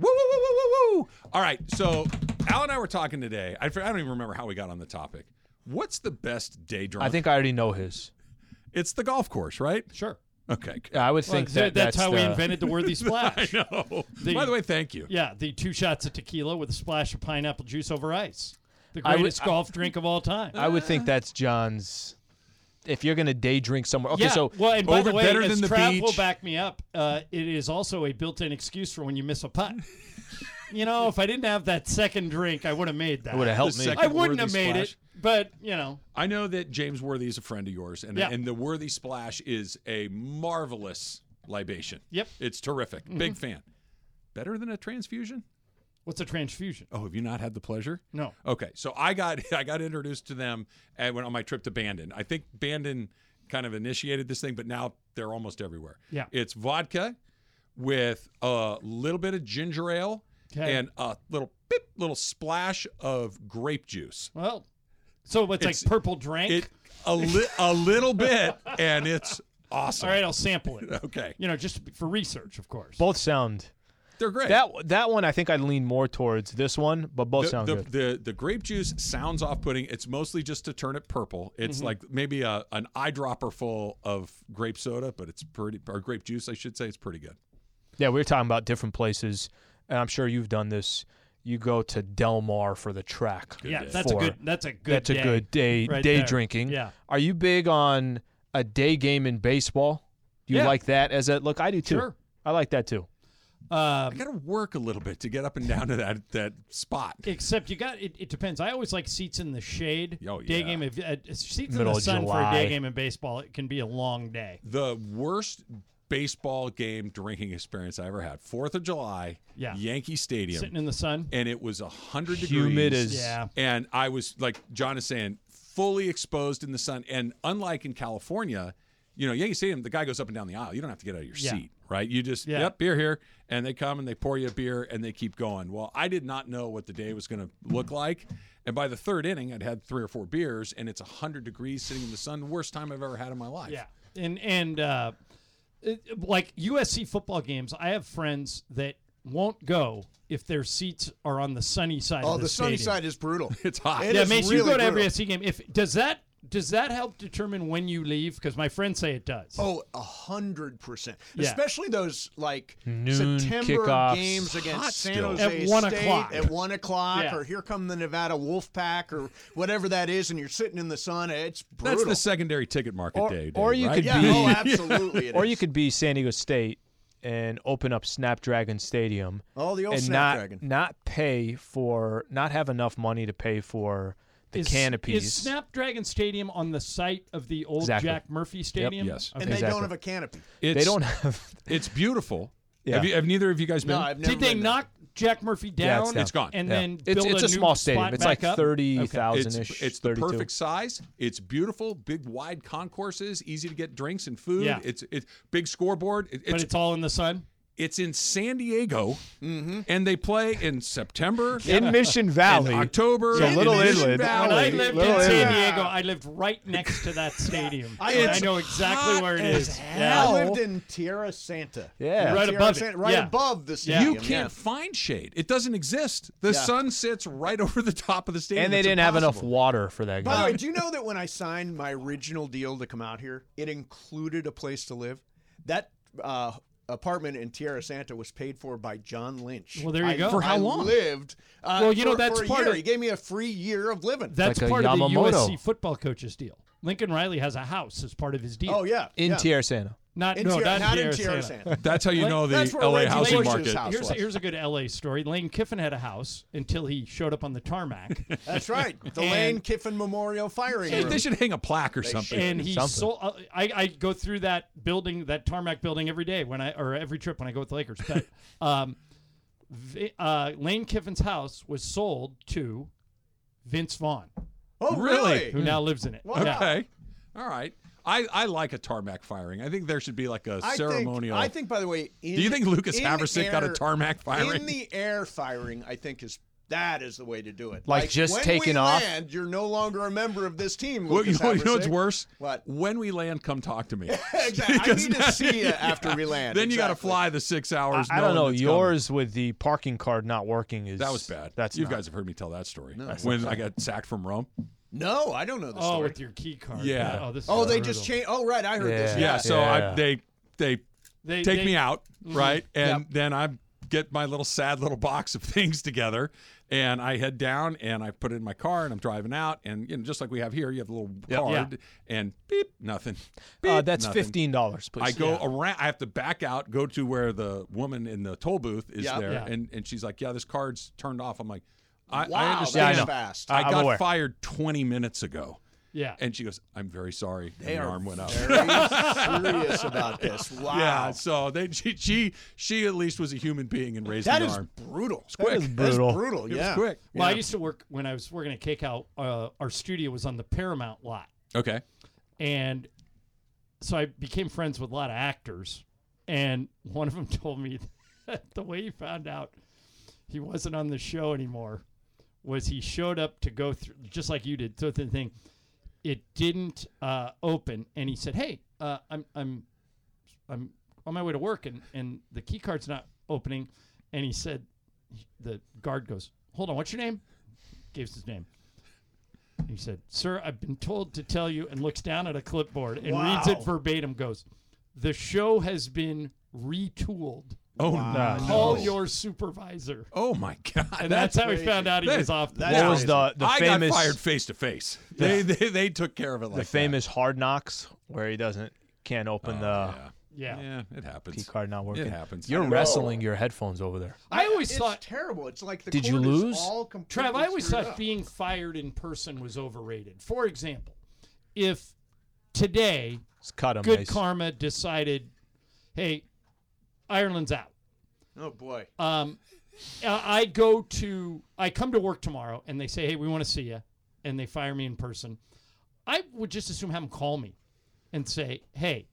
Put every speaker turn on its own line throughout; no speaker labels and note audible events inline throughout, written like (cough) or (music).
Woo, woo, woo, woo, woo, woo. All right. So, Al and I were talking today. I, for- I don't even remember how we got on the topic. What's the best day drunk?
I think I already know his.
it's the golf course, right?
Sure.
Okay. (laughs)
I would think
Well,
that that's,
that's, how we
the-
invented
(laughs)
the worthy
I
splash.
know.
The-
By the way, thank you.
Yeah, the two shots of tequila with a splash of pineapple juice over ice. The
I would-
greatest golf drink of all time.
I would think that's John's. If you're gonna day drink somewhere, okay.
yeah.
So (laughs)
well, and by
over-
the way,
better
as
than the
Trav will
beach.
back me up, uh, it is also a built-in excuse for when you miss
(laughs)
a putt. you know, if I didn't have that second drink, I would have made that.
it would have helped
The
me.
second-
I wouldn't have
Worthy
made it, but you know,
I know that James Worthy is a friend of yours, and
Yeah.
and the Worthy Splash is a marvelous libation.
Yep. Mm-hmm.
it's terrific. Big fan. Better than a transfusion?
what's a transfusion?
Oh, have you not had the pleasure?
No.
Okay, so I got (laughs) I got introduced to them at, when, on my trip to Bandon. I think Bandon kind of initiated this thing, but now they're almost everywhere.
Yeah.
it's vodka with a little bit of ginger ale
Okay.
and a little beep, little splash of grape juice.
Well, so it's,
It's-
like purple drink.
It a li- a little bit, and it's awesome.
(laughs) all right, I'll
(laughs)
sample it.
Okay,
You know, just for research, of course.
both sound
they're great.
that that one. I think I lean more towards this one, but both
the,
sound
the,
good.
the the grape juice sounds off-putting. It's mostly just to turn it purple. It's
Mm-hmm.
like maybe a, an eyedropper full of grape soda, but it's pretty or grape juice, I should say. It's pretty good.
Yeah, we were talking about different places, and I'm sure you've done this. You go to Del Mar for the track.
yeah, that's a
for-
good. That's a good.
that's a
day.
good day
right
day
there.
drinking.
Yeah.
Are you big on a day game in baseball? Do you
Yeah.
like that as a look? I do too.
Sure.
I like that too.
Um,
I got to work a little bit to get up and down to that that spot.
Except you got it, it depends. I always like seats in the shade.
Oh,
Day
yeah.
game if uh, seats
Middle
in
of
the sun for a
July.
day game in baseball, it can be a long day.
The worst baseball game drinking experience I ever had. Fourth of July,
Yeah.
Yankee Stadium,
Sitting in the sun.
and it was a hundred degrees.
Humid as
Yeah.
And I was like John is saying, fully exposed in the sun. And unlike in California, you know, Yankee Stadium, the guy goes up and down the aisle. You don't have to get out of your
Yeah.
seat, right? You just,
Yeah.
yep, beer here. And they come and they pour you a beer and they keep going. Well, I did not know what the day was going to look like. And by the third inning, I'd had three or four beers and it's 100 degrees sitting in the sun. The worst time I've ever had in my life.
Yeah. And and uh, it- like USC football games, I have friends that won't go if their seats are on the sunny side
Oh,
of
the,
the,
sunny
stadium.
side is
(laughs)
brutal.
It's hot.
It
yeah,
is
Mace,
really
you go to
brutal.
every USC game. If does that does that help determine when you leave? Because my friends say it does.
Oh, a hundred percent.
Yeah.
Especially those like
Noon
September
kickoffs.
games against
Hot
San
still.
Jose
At one
State
o'clock.
at one o'clock,
Yeah.
or here come the Nevada Wolfpack, or whatever that is, and you're sitting in the sun. It's brutal.
That's the secondary ticket market
Or-
day.
or
day,
you
right?
could
yeah.
be- (laughs)
Oh, absolutely. it
Or
is.
you could be San Diego State and open up Snapdragon Stadium.
Oh, the old
and
Snapdragon.
not not pay for not have enough money to pay for the
Is-
canopies.
Is Snapdragon Stadium on the site of the old
Exactly.
Jack Murphy Stadium?
Yes.
And
Okay.
they
Exactly.
don't have a canopy.
It's-
they don't have.
It's beautiful.
Yeah.
Have, you, have neither of you guys been?
No, I've never.
Did they
been there.
knock Jack Murphy
Yeah,
down?
it's down. It's
gone.
And
yeah.
then
it's,
build
it's a,
new
small stadium.
spot
It's like
back up?
thirty
Okay.
thousand
it's,
ish.
it's the
32.
perfect size. It's beautiful, big wide concourses, easy to get drinks and food.
Yeah.
It's it's big scoreboard. It-
But
it's,
it's
it's
all in the sun.
in San Diego,
Mm-hmm.
and they play in September,
in Mission
and
Valley.
October,
It's a
in
little
Mission
inland.
Oh,
When
Valley.
I lived
Little
in San
area.
Diego, I lived right next
(laughs)
to that stadium.
I-
And I
it's
know exactly
hot
where it
as
is.
I
Yeah.
lived in Tierra Santa.
Yeah.
Right
Tierra
above it.
Santa, right
Yeah.
above the
Yeah.
stadium.
You can't find shade. It doesn't exist. The
Yeah.
sun sits right (laughs) over the top of the stadium.
and they
It's
didn't have enough
impossible.
water for that
By the
guy.
Um,
way, do you know that when I signed my original deal to come out here, it included a place to live? That uh, apartment in Tierra Santa was paid for by John Lynch.
Well, there you
I-
go. For how
I
long?
lived. Uh,
Well, you know,
for-
that's
for a
part
year.
of-
He gave me a free year of living.
That's
like a
part of the
Yamamoto.
USC football coach's deal. Lincoln Riley has a house as part of his deal.
oh yeah,
in
yeah.
Tierra Santa.
Not,
In
no,
Tierra-
not,
not
in
in Tierra
Santa.
Santa.
That's how you know the
That's where
LA
Reggie
housing
Bush's
market.
house
Here's,
was.
here's a good LA story. Lane Kiffin had a house until he showed up on the tarmac.
(laughs)
That's right.
(laughs)
The Lane Kiffin Memorial Firing
Hey,
Range.
they should hang a plaque or something.
and he
Something.
sold. Uh, I, I go
(laughs)
through that building, that tarmac building every day when I or every trip when I go with the Lakers. But um, Vi- uh, Lane Kiffin's house was sold to Vince Vaughn,
Oh,
Really?
who now lives in it.
Wow.
Yeah.
Hmm. Okay. All right. I, I like a tarmac firing. I think there should be like a
I
ceremonial.
Think, I think, by the way, in,
Do you think Lucas
in
Haversick got a
air-
tarmac firing?
In the air firing, I think is that is the way to do it.
Like just
when
taking
we
off?
Land, you're no longer a member of this team.
Well, you,
Lucas
know, you know what's
Haversick. (laughs)
worse?
What?
When we land, come talk
(laughs)
to me. (laughs)
exactly. I need to see you after we land.
then you got to
Exactly.
fly the six
I,
hours.
I don't
knowing
know.
it's coming.
Yours with the parking card not working is
That was bad.
That's
you
not-
guys have heard me tell that story. when I got sacked from Rome.
No, I don't know the
Oh,
story.
with your key card.
Yeah.
Oh, this is
oh, they
brutal.
just changed. Oh, right, I heard this.
Yeah.
Yeah. so
Yeah.
I, they they
They-
take
they-
me out, right? And
Yep.
then I get my little sad little box of (laughs) things together and I head down and I put it in my car and I'm driving out and you know just like we have here you have a little card and beep nothing.
Uh,
Beep,
that's
nothing.
fifteen dollars, please.
I go around I have to back out, go to where the woman in the toll booth is
Yeah.
there
Yeah.
and and she's like, "Yeah, this card's turned off." I'm like,
Wow,
"I, I
that's
understand."
fast.
I
I'm
got
aware.
fired 20 minutes ago.
Yeah.
And she goes, "I'm very sorry."
They
and
are
her arm went up.
very serious about this. Wow.
(laughs) Yeah, so they she, she she at least was a human being and raised
That
an
is
arm.
brutal. It's
quick.
That
That's
is brutal.
brutal.
It
yeah.
was quick.
Well, I
Yeah.
used to work when I was working at Cakeout. Uh, our studio was on the Paramount lot,
okay.
and so I became friends with a lot of actors. And one of them (laughs) told me that the way he found out he wasn't on the show anymore was he showed up to go through just like you did through the thing. It didn't uh, open, and he said, "Hey, uh, I'm I'm I'm on my way to work, and and the key card's not opening." And he said, the guard goes, "Hold on, what's your name?" Gives his name. He said, "Sir, I've been told to tell you," and looks down at a clipboard and reads
Wow.
it verbatim. Goes, "The show has been retooled.
Oh
Nah.
no.
Call your supervisor."
Oh my god.
And that's, how he found out he
That-
was off. the
that
What
Yeah.
was the the
I
famous
got fired face to face. They they they took care of it like
the
that.
famous hard knocks where he doesn't can't open
Oh,
the
yeah.
yeah.
yeah, it
key
happens.
card not working?
happens. I
You're
don't know.
wrestling your headphones over there.
I always
it's
thought,
terrible. It's like the
Did you
court is
lose?
all
Trav,
completely
I always
screwed
thought
up.
being fired in person was overrated. For example, if today
It's cut him.
Good
Mace.
Karma decided, hey, Ireland's out.
Oh boy.
Um, I I go to, I come to work tomorrow and they say, hey, we want to see you. And they fire me in person. I would just assume have them call me and say, hey,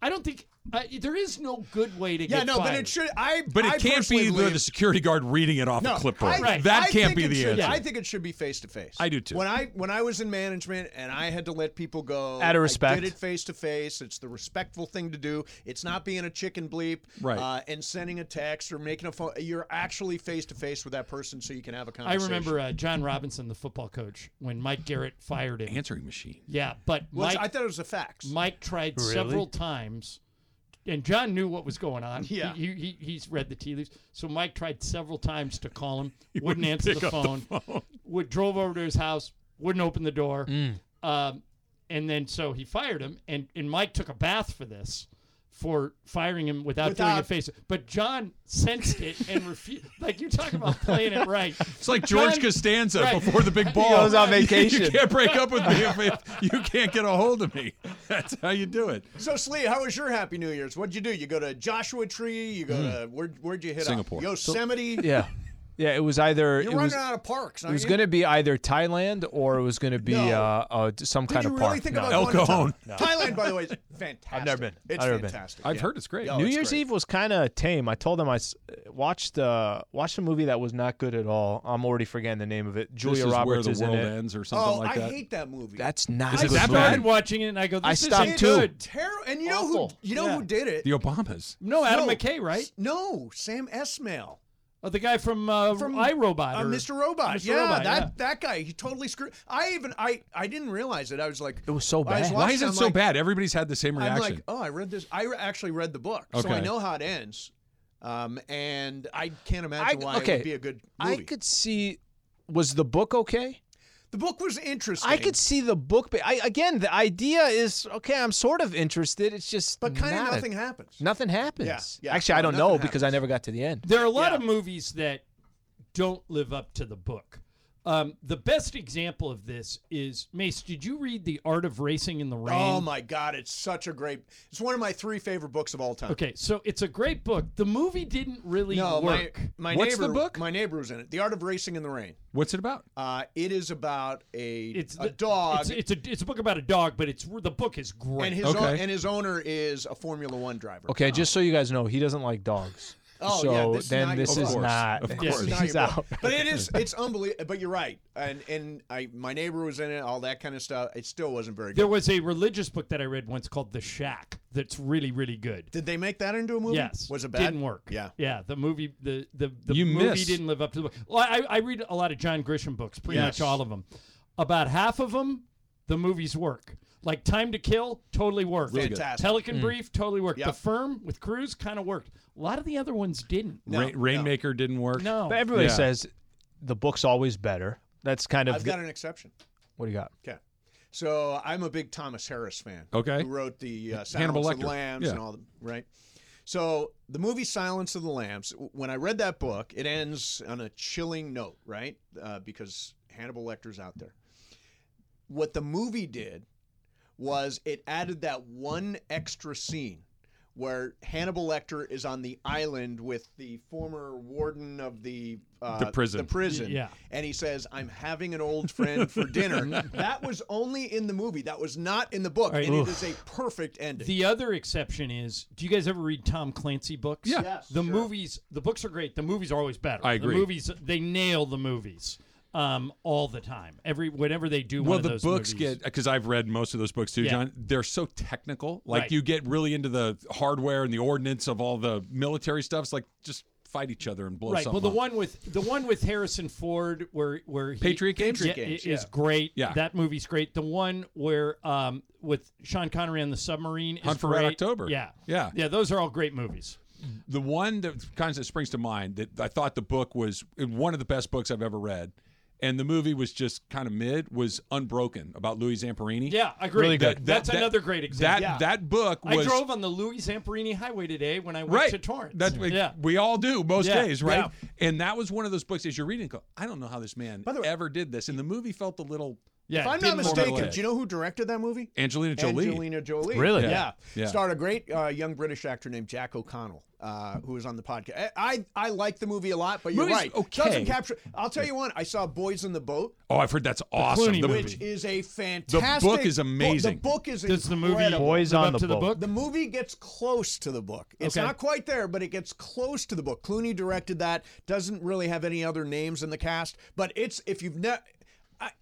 I don't think, I there is no good way to
Yeah,
get
no,
fired.
but it should. I.
But it
I
can't be
personally
the,
believe-
the security guard reading it off
No,
a clipboard.
I-
Right.
That
I
can't
think
be
it
the
should-
answer.
I think it should be face to face.
I do, too.
When I when I was in management and I had to let people go,
Out of
I
respect.
did it face to face. It's the respectful thing to do. It's not being a chicken bleep,
Right.
Uh, and sending a text or making a phone. You're actually face to face with that person, so you can have a
I
conversation.
remember uh, John Robinson, the football coach, when Mike Garrett fired him.
Answering machine.
Yeah, but
Well,
Mike,
I thought it was a fax.
Mike tried several times, and John knew what was going on.
Yeah.
he, he, he's read the tea leaves. So Mike tried several times to call him, wouldn't, answer the phone, Would drove over to his house, wouldn't open the door, um, and then so he fired him. And and Mike took a bath for this. For firing him without, doing a
Without-
face, but John sensed it and refused. (laughs) like you talk about playing
(laughs)
it right.
It's like George
John-
Costanza
right.
before
(laughs)
the big ball.
goes on
(laughs) You- You
vacation.
can't break up with me if, if you can't get a hold of me. (laughs) That's how you do it.
So, Slee, how was your Happy New Year's? What'd you do? You go to Joshua Tree? You go to where? Where'd you hit up?
Mm. Singapore.
Yosemite.
Yeah, yeah. It was either
You're
it
running
was
out of parks.
it was going to be either Thailand or it was going to be
No.
uh, uh, d- some
Did
kind
you
of
really
park.
think
No.
about
El
going to
Cajon.
Thailand? Thailand, by
(laughs)
the way, is fantastic.
been.
It's
I've never been.
fantastic.
I've
yeah.
heard it's great.
Yeah.
Oh, New
it's
Year's
great.
Eve was kind of tame. I told them I s- watched uh, watched a movie that was not good at all. I'm already forgetting the name of it.
This
Julia
is
Roberts
where
is
the world
in it.
ends or something
Oh,
like
I
that.
hate that movie.
That's not
Is
a
it
good
that
movie.
bad?
started watching it and I go, this
I stopped
isn't
It's
too.
good.
Terrible. And you know who?
Awful.
You know who did it?
the Obamas.
No, Adam
No.
McKay, right?
no, Sam Esmail
Oh, the guy from uh,
From-
iRobot.
uh,
or-
Mr. Robot.
Mr.
Yeah,
Robot,
that
yeah.
that guy. He totally screwed. I even I I didn't realize it. I was like,
It was so
I was
bad.
watching,
Why is it
I'm
so
like-
bad? Everybody's had the same
I'm
reaction.
like, oh, I read this. I re- actually read the book, so
Okay.
I know how it ends. Um, and I can't
I,
imagine why it
okay,
would be a good
I
movie.
could see. Was the book okay?
the book was interesting.
I could see the book. But I, again, the idea is okay. I'm sort of interested. It's just
but kind of
not a-
nothing happens.
Nothing happens.
yeah.
Actually, I
No,
don't know
nothing
because I
happens.
never got to the end.
There are a lot
Yeah.
of movies that don't live up to the book. Um, the best example of this is Mace. Did you read The Art of Racing in the Rain?
Oh my God, it's such a great. It's one of my three favorite books of all time.
Okay, so it's a great book. The movie didn't really
No, my,
work.
my
What's the
neighbor,
book?
my neighbor was in it. The Art of Racing in the Rain.
What's it about?
Uh, it is about a
it's
a
the-
dog,
It's, it's a it's a book about a dog, but it's the book is great.
and his
Okay.
own, and his owner is a Formula One driver.
Okay, just so you guys know, he doesn't like dogs.
Oh,
so
yeah, this is
then
not-
this
of
is
course,
not. (laughs)
of
this
course.
It's not
is
your book.
(laughs)
out.
but it is it's unbelievable. But you're right, and and I my neighbor was in it, all that kind of stuff. It still wasn't very
There
good.
was a religious book that I read once called The Shack that's really really good.
Did they make that into a movie?
Yes,
was it bad?
Didn't work.
Yeah.
yeah. The movie, the the, the
You
movie
missed.
didn't live up to the book. Well, I, I read a lot of John Grisham books, pretty
Yes.
much all of them. About half of them, the movies work. Like Time to Kill, totally worked.
Really good. Fantastic.
Pelican
Mm.
Brief, totally worked.
Yeah.
The Firm with Cruise kind of worked. A lot of the other ones didn't.
No,
Ra-
no.
Rainmaker didn't work.
No,
But everybody
Yeah.
says the book's always better. That's kind of
I've
the-
got an exception.
what do you got?
Okay. So I'm a big Thomas Harris fan.
Okay.
Who wrote the uh, Silence
Hannibal
of the
Lecter.
Lambs and
Yeah.
all the right. So the movie Silence of the Lambs. w- When I read that book, it ends on a chilling note, right? Uh, because Hannibal Lecter's out there. What the movie did was it added that one extra scene where Hannibal Lecter is on the island with the former warden of the uh,
The prison.
the prison,
Yeah.
and he says, "I'm having an old friend for
(laughs)
dinner." that was only in the movie. That was not in the book, and it is a perfect ending.
The other exception is, do you guys ever read Tom Clancy books?
Yeah.
Yes,
the
sure.
movies, the books are great. The movies are always better.
I agree.
The movies, they nail the movies um, all the time. Every whenever they do one
Well,
of
the
those
books
movies.
get because I've read most of those books too,
Yeah.
John. They're so technical. Like
Right.
you get really into the hardware and the ordnance of all the military stuff. It's like just fight each other and blow
right.
something
Well, the
up.
one with the one with Harrison Ford, where where he,
Patriot Games?
Yeah,
Patriot Games,
i- is
yeah.
great.
Yeah.
that movie's great. The one where um, with Sean Connery on the submarine, is
Hunt for Red
great.
October.
Yeah,
Yeah.
yeah. Those are all great movies.
the one that kind of springs to mind that I thought the book was one of the best books I've ever read, and the movie was just kind of mid was Unbroken about Louis Zamperini.
Yeah, I agree.
Really good.
That-
That's
that-
another great example.
That
Yeah.
that book was
I drove on the Louis Zamperini Highway today when I went
right.
to Torrance.
That's what
yeah.
we all do most
Yeah,
days, right?
yeah.
And that was one of those books as you're reading, go, I don't know how this man
the way-
ever did this, and the movie felt a little
yeah.
if I'm
didn't
not
work.
mistaken,
formulate.
do you know who directed that movie?
Angelina Jolie.
Angelina Jolie.
Really?
Yeah.
Yeah.
Starred a great uh, young British actor named Jack O'Connell, uh, who was on the podcast. I, I I like the movie a lot, but you're
Movie's
right.
okay.
Doesn't capture. I'll tell you one. I saw Boys in the Boat,
Oh, I've heard that's awesome.
Clooney
The
movie.
which is a fantastic.
is amazing.
The book is
Does the movie
incredible.
Boys
live
on
up
the
to the
boat.
book?
The movie gets close to the book. It's
Okay.
not quite there, but it gets close to the book. Clooney directed that. Doesn't really have any other names in the cast, but it's if you've never,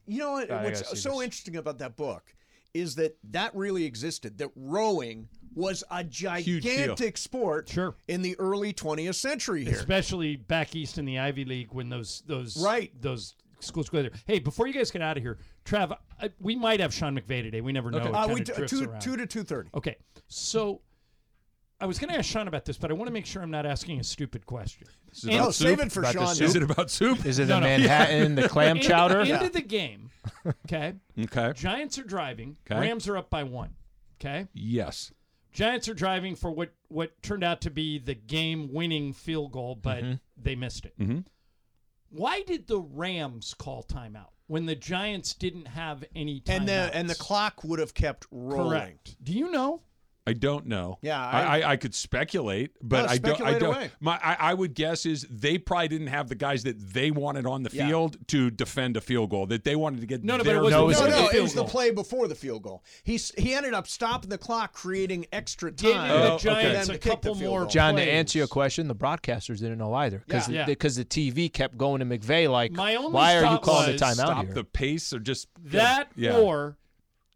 you know what,
I gotta
what's
see
so
this.
interesting about that book is that that really existed. That rowing was a
deal.
gigantic sport
Sure.
in the early 20th century here.
especially back east in the Ivy League when those those
Right.
those schools go there. Hey, before you guys get out of here, Trav, I, we might have Sean McVay today. We never know. It
Uh, we,
kinda
two,
drifts
two
around.
to two thirty.
Okay, so I was going to ask Sean about this, but I want to make sure I'm not asking a stupid question.
Is it about
No, Oh, save
soup?
it for
About the
Sean.
Is it
(laughs)
about soup?
Is it
No,
the
no.
Manhattan, the clam
Into-
chowder?
into, the game. Okay,
okay.
Giants are driving.
'Kay.
Rams are up by one. Okay,
Yes.
Giants are driving for what what turned out to be the game winning field goal, but they missed it.
Mhm.
Why did the Rams call timeout when the Giants didn't have any timeouts?
And the and the clock would have kept rolling.
correct. Do you know?
I don't know.
Yeah,
I,
I-
I, I could speculate,
No,
but I don't. I
speculate
don't.
away.
My, I, I would guess is they probably didn't have the guys that they wanted on the
Yeah.
field to defend a field goal. That they wanted to get
No, no, but
their
it wasn't-
nose
No,
in.
no,
the
it was
field
the
goal.
play before the field goal. He s- he ended up stopping the clock, creating extra
Giving
time.
Oh,
the
okay.
Giants
Then
a
kick the
couple
field
more.
goal.
John,
plays.
to answer your question, the broadcasters didn't know either because
Yeah.
because the, TV kept going to McVeigh like,
My only
why are you
thought
calling
was,
the timeout
Stop
here?
the pace or just
that
Yeah.
or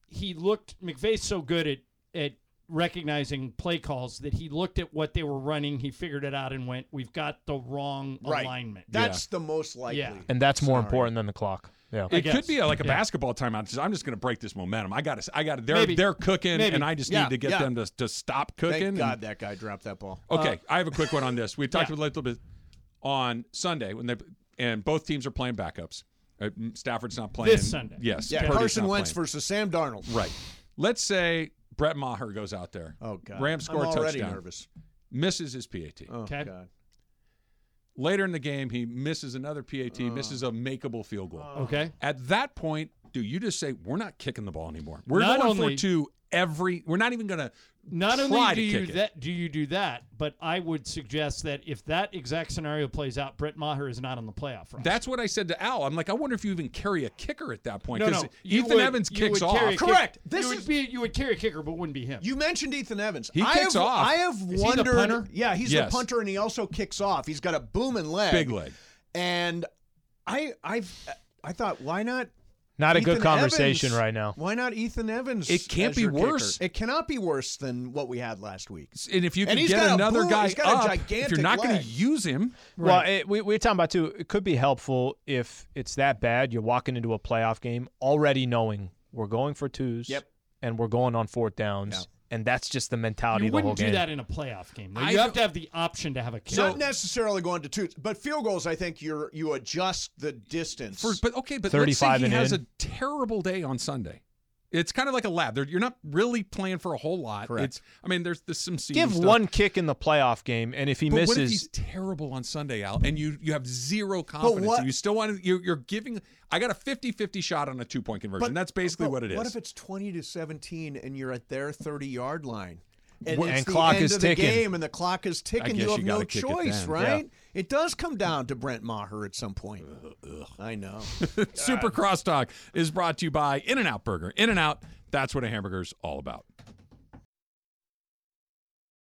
he looked McVay's so good at at recognizing play calls that he looked at what they were running, he figured it out and went, "We've got the wrong
Right.
alignment."
That's the most likely.
Yeah.
and that's more important than the clock. Yeah.
It could
guess.
be a, like a
Yeah.
basketball timeout. Just, I'm just going to break this momentum. I got to. I got to. They're
Maybe.
they're cooking,
Maybe.
and I just
Yeah,
need to get
yeah.
them to, to stop cooking.
Thank
and-
God that uh, guy dropped that ball.
Okay, I have a quick one on this. We talked a
yeah.
little bit on Sunday when they and both teams are playing backups. Uh, Stafford's not playing
This Sunday.
Yes,
Yeah,
Purdy's
Carson
not
Wentz
playing.
versus Sam Darnold.
right. Let's say Brett Maher goes out there.
Oh God.
Rams score
I'm
a
already Oh.
touchdown.
nervous.
Misses his PAT.
Oh
Okay.
God.
Later in the game, he misses another PAT,
Oh.
misses a makeable field goal.
Okay.
At that point, do you just say we're not kicking the ball anymore? We're
Not
going
only-
for two every. We're not even going to.
Not
try
only do
to
you
kick it.
that do you do that, but I would suggest that if that exact scenario plays out, Brett Maher is not on the playoff roster.
That's what I said to Al. I'm like, I wonder if you even carry a kicker at that point
no,
because
no. you
Ethan
would-
Evans
you
kicks
would carry a
off.
kick-
Correct. This
you would
is-
be you would carry a kicker, but wouldn't be him.
You mentioned Ethan Evans.
He
I
kicks
have,
off.
I have
the
wondered.
punter?
Yeah, he's
Yes.
the punter, and he also kicks off. He's got a booming leg.
Big leg.
And I, I've, I thought, why not?
Not a good
Ethan
conversation
Evans?
right now.
Why not Ethan Evans?
It can't
as
be
your kicker?
worse.
It cannot be worse than what we had last week.
And if you can
And he's
get
got a
another
boom-
guy
he's got a
up, if you're
gigantic
not going to
leg.
use him,
Well, it, we, we were talking about too. It could be helpful if it's that bad. You're walking into a playoff game already knowing we're going for twos.
Yep.
And we're going on fourth downs, and that's just the mentality
You
of the whole
wouldn't
game.
do that in a playoff game. though.
I
You have
don't-
to have the option to have a kicker.
Not necessarily going to two, but field goals. I think you're you adjust the distance.
For, but okay, but let's say
35
he
and
has
in.
a terrible day on Sunday. It's kind of like a lab. They're, you're not really playing for a whole lot.
Correct.
It's, I mean, there's, there's some seeding
Give
stuff.
one kick in the playoff game, and if he
But
misses,
what if he's terrible on Sunday, Al, and you you have zero confidence? and
what-
you still want to? You're, you're giving. I got a 50-50 shot on a two point conversion. That's basically
But
what it is.
What if it's twenty to seventeen and you're at their thirty yard line? And,
Wh-
it's
and
the
clock
end
is
of the
ticking.
game, and the clock is ticking.
guess
You have
you gotta
no
kick it
choice,
then.
right? It does come down to Brent Maher at some point. I know.
(laughs)
Uh,
Super Crosstalk is brought to you by In and Out Burger. In and Out, that's what a hamburger's all about.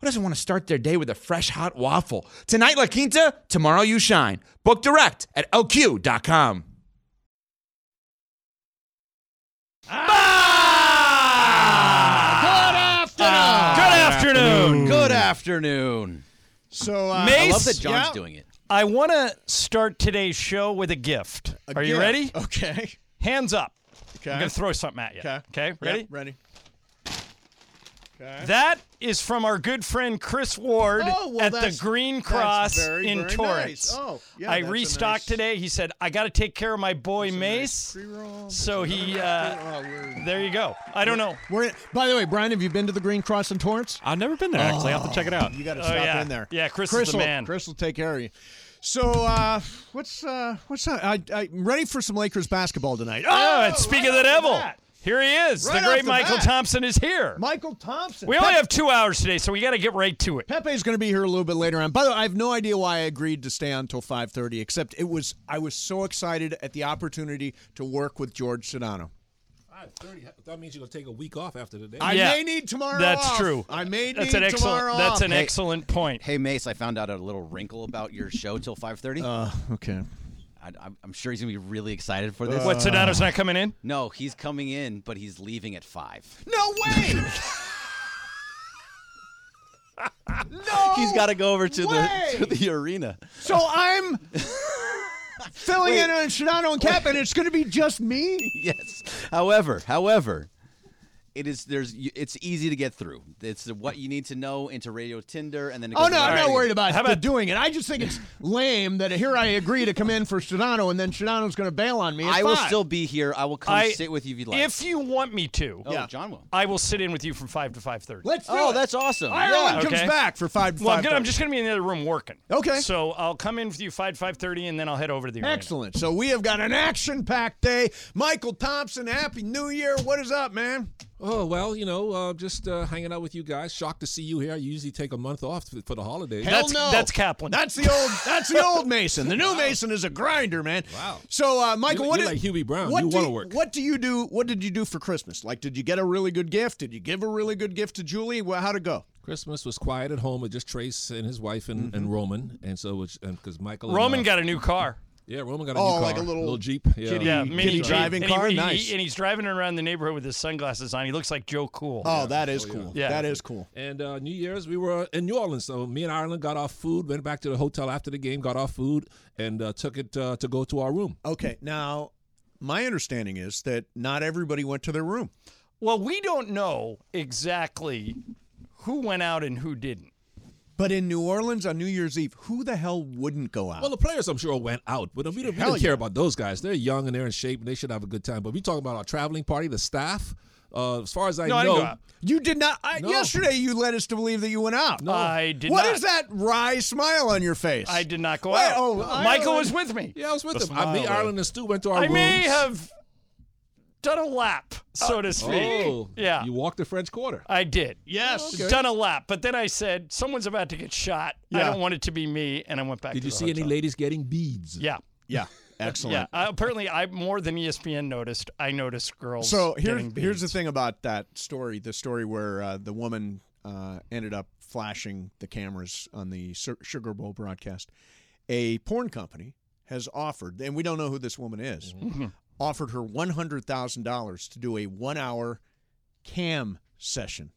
who doesn't want to start their day with a fresh hot waffle? Tonight, La Quinta, tomorrow, you shine. Book direct at lq.com.
Good
Ah!
ah,
afternoon.
Good afternoon.
So uh,
I love that John's
yeah.
doing it.
I want to start today's show with a gift.
A
Are you
gift.
ready?
Okay.
Hands up.
Okay.
I'm going to throw something at you.
Okay.
ready?
Yep, ready. Okay.
That is from our good friend Chris Ward
Oh, well,
at the
that's-
Green
that's
Cross
very,
in
very
Torrance.
nice. Oh, yeah,
I
that's a
restocked
nice-
today. He said, I got to take care of my boy Mace. so he, uh,
Oh, we're-
there you go. I don't know.
we're in- by the way, Brian, have you been to the Green Cross in Torrance?
I've never been there, actually. I'll have to check it out.
You got to
Oh,
stop
yeah.
in there.
Yeah, Chris is
Chris
the
will,
man.
Chris will take care of you. So uh, what's uh, what's uh, I, I'm ready for some Lakers basketball tonight.
Oh, and
right
speak
off
of the devil.
bat.
Here he is.
Right
the great
off the
Michael
bat.
Thompson is here.
Michael Thompson.
we only
Pep-
have two hours today, so we got to get right to it.
Pepe's going to be here a little bit later on. By the way, I have no idea why I agreed to stay on until 5:30. Except it was I was so excited at the opportunity to work with George Sedano.
Five thirty. That means you're gonna take a week off after today.
I
Yeah.
may need tomorrow.
That's
off.
true.
I may
That's
need
an
tomorrow.
excellent. That's
off.
an excellent point.
Hey, Mace, I found out a little wrinkle about your show till 5.30.
Uh, okay. Uh.
I, I'm- I'm sure he's going to be really excited for this.
What Sedano's not coming in?
No, he's coming in, but he's leaving at 5.
No
(laughs)
way. no.
(laughs) He's got to go over to
way!
the to the arena.
So I'm filling in on Shadano and Cap, and it's going to be just me.
Yes. However, however, it is there's you- it's easy to get through. It's the- what you need to know into Radio Tinder and then it
Oh
goes
no,
to
I'm not
radio.
worried about,
How about-
the doing it. I just think it's lame that here I agree to come in for Shadano, and then Shadano's going to bail on me. at
I will
five.
still be here. I will come
I-
sit with you if you like.
If you want me to,
oh,
Yeah.
John will.
I will sit in with you from five to five thirty.
Let's do
Oh,
it.
that's awesome.
Ireland
Yeah.
Okay.
comes back for five.
Well, I'm,
five
gonna, I'm
thirty.
just going to be in the other room working.
Okay.
So I'll come in with you five five thirty, and then I'll head over to the arena.
excellent. So we have got an action-packed day. Michael Thompson, Happy New Year. What is up, man?
Oh well, you know, uh, just uh, hanging out with you guys. Shocked to see you here. You usually take a month off for, for the holidays.
Hell no. That's the old. That's the old Mason. The new
Wow.
Mason is a grinder, man.
Wow.
So, uh, Michael,
You're-
what
you're
did,
like Hubie Brown.
What
You
do
wanna work.
What do you do? What did you do for Christmas? Like, did you get a really good gift? Did you give a really good gift to Julie? Well, how'd it go?
Christmas was quiet at home with just Trace and his wife and, and Roman, and so which because Michael and,
Mm-hmm. Roman
uh,
got a new car.
Yeah, Roman got a new car, Jeep, yeah,
yeah, mini Jeep. and he- he-
nice.
and he's driving around the neighborhood with his sunglasses on. He looks like Joe Cool.
Uh,
Oh, Yeah.
Oh, cool.
And uh, New Year's, we were in New Orleans, so me and Ireland got our food, went back to the hotel after the game, got our food, and uh, took it uh, to go to our room.
Okay, now my understanding is that not everybody went to their room.
Well, we don't know exactly who went out and who didn't.
But in New Orleans on New Year's Eve, who the hell wouldn't go out?
Well, the players, I'm sure, went out, but we don't, we
Hell
don't
yeah.
care about those guys. They're young and they're in shape, and they should have a good time. But we talking about our traveling party, the staff. Uh, as far as I
No, I didn't
know,
go out. you did not. I, Yesterday, you led us to believe that you went out.
No. I did
What
not.
is that wry smile on your face?
I did not go
Wait,
out.
oh,
Michael
Ireland-
was with me.
Yeah, I was with them. I, me, Ireland, and Stu went to our
I
rooms.
may have done a lap, so
Uh,
to speak.
Oh,
yeah.
You walked the French Quarter.
I did. Yes.
Okay.
Done a lap. But then I said, someone's about to get shot. I
Yeah.
don't want it to be me. And I went back
Did
to
you
the
see
hotel.
any ladies getting beads?
Yeah.
Yeah.
Yeah.
Excellent.
I, apparently, I more than E ESPN noticed, I noticed girls.
So here's
getting
here's
beads.
the thing about that story. The story where uh, the woman uh, ended up flashing the cameras on the Sur- Sugar Bowl broadcast. A porn company has offered, and we don't know who this woman is,
Mhm.
offered her one hundred thousand dollars to do a one hour cam session.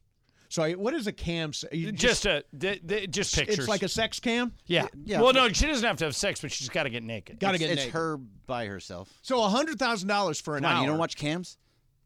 So I, what is a cam? Se- you
Just a, th- th- just pictures.
It's like a sex cam.
Yeah.
Yeah.
Well, no, she doesn't have to have sex, but she's got to get naked.
Gotta get
it's
naked.
her by herself.
So hundred thousand dollars for an
Come on,
hour.
you don't watch cams?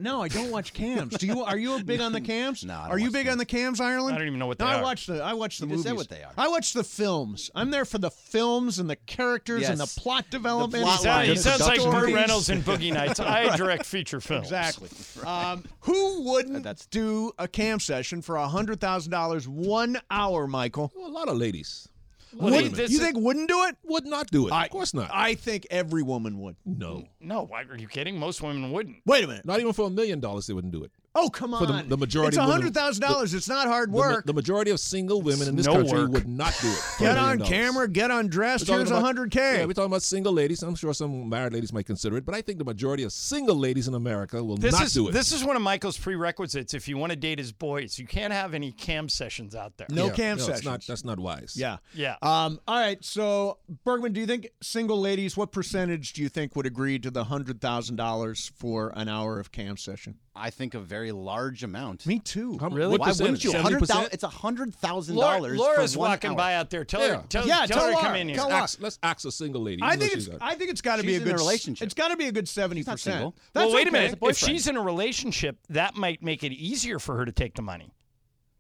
No, I don't watch cams. Do you? Are you big on the cams? No.
I don't
are you
watch
big on the cams, Ireland?
I don't even know what
no,
they
I
are.
watch the. I watch the
You
movies.
just said what they are.
I watch the films. I'm there for the films and the characters and the
Yes.
plot development.
plot
Yeah, he
The
sounds like Burt
stories.
Reynolds
(laughs)
in Boogie Nights. I direct feature films.
(laughs)
Exactly. Um, who wouldn't do a cam session for hundred thousand dollars one hour, Michael?
Well, a lot of ladies.
Well,
Wouldn't-
this
you
is-
think wouldn't do it?
Would not do it.
I-
of course not.
I think every woman would.
no.
No, why, are you kidding? Most women wouldn't.
Wait a minute.
Not even for a million dollars, they wouldn't do it.
Oh come on!
For the- the
It's
majority women-
hundred thousand dollars. It's not hard
The ma-
work.
The, majority of single women in this
no
country
work.
would not do it. for a
Get
million
on
dollars.
camera, get
We're
undressed.
talking
Here's
about-
hundred
Yeah,
k.
we're talking about single ladies. I'm sure some married ladies might consider it, but I think the majority of single ladies in America will
This
not
is
do it.
this is one of Michael's prerequisites. If you want to date his boys, you can't have any cam sessions out there.
No
Yeah,
cam
no, it's
sessions.
not, that's not wise.
Yeah.
Yeah.
Um, all right. So Bergman, do you think single ladies? What percentage do you think would agree to the hundred thousand dollars for an hour of cam session?
I think a very large amount.
Me too.
How-
Why
what
wouldn't
percentage?
you?
70%?
100,000 It's hundred thousand
Laura,
dollars.
Laura's
for one
walking
hour.
by out there. Tell
Yeah.
her, tell,
Yeah,
tell,
tell
her to
Laura.
come in here.
Tell Laura.
Ax- let's ax a single lady.
I
even though
think it's.
she's not.
I think it's got to be
She's
a
in a
good. s-
relationship.
It's got to be a good seventy percent.
single.
well, wait a minute. If she's in a relationship, that might make it easier for her to take the money.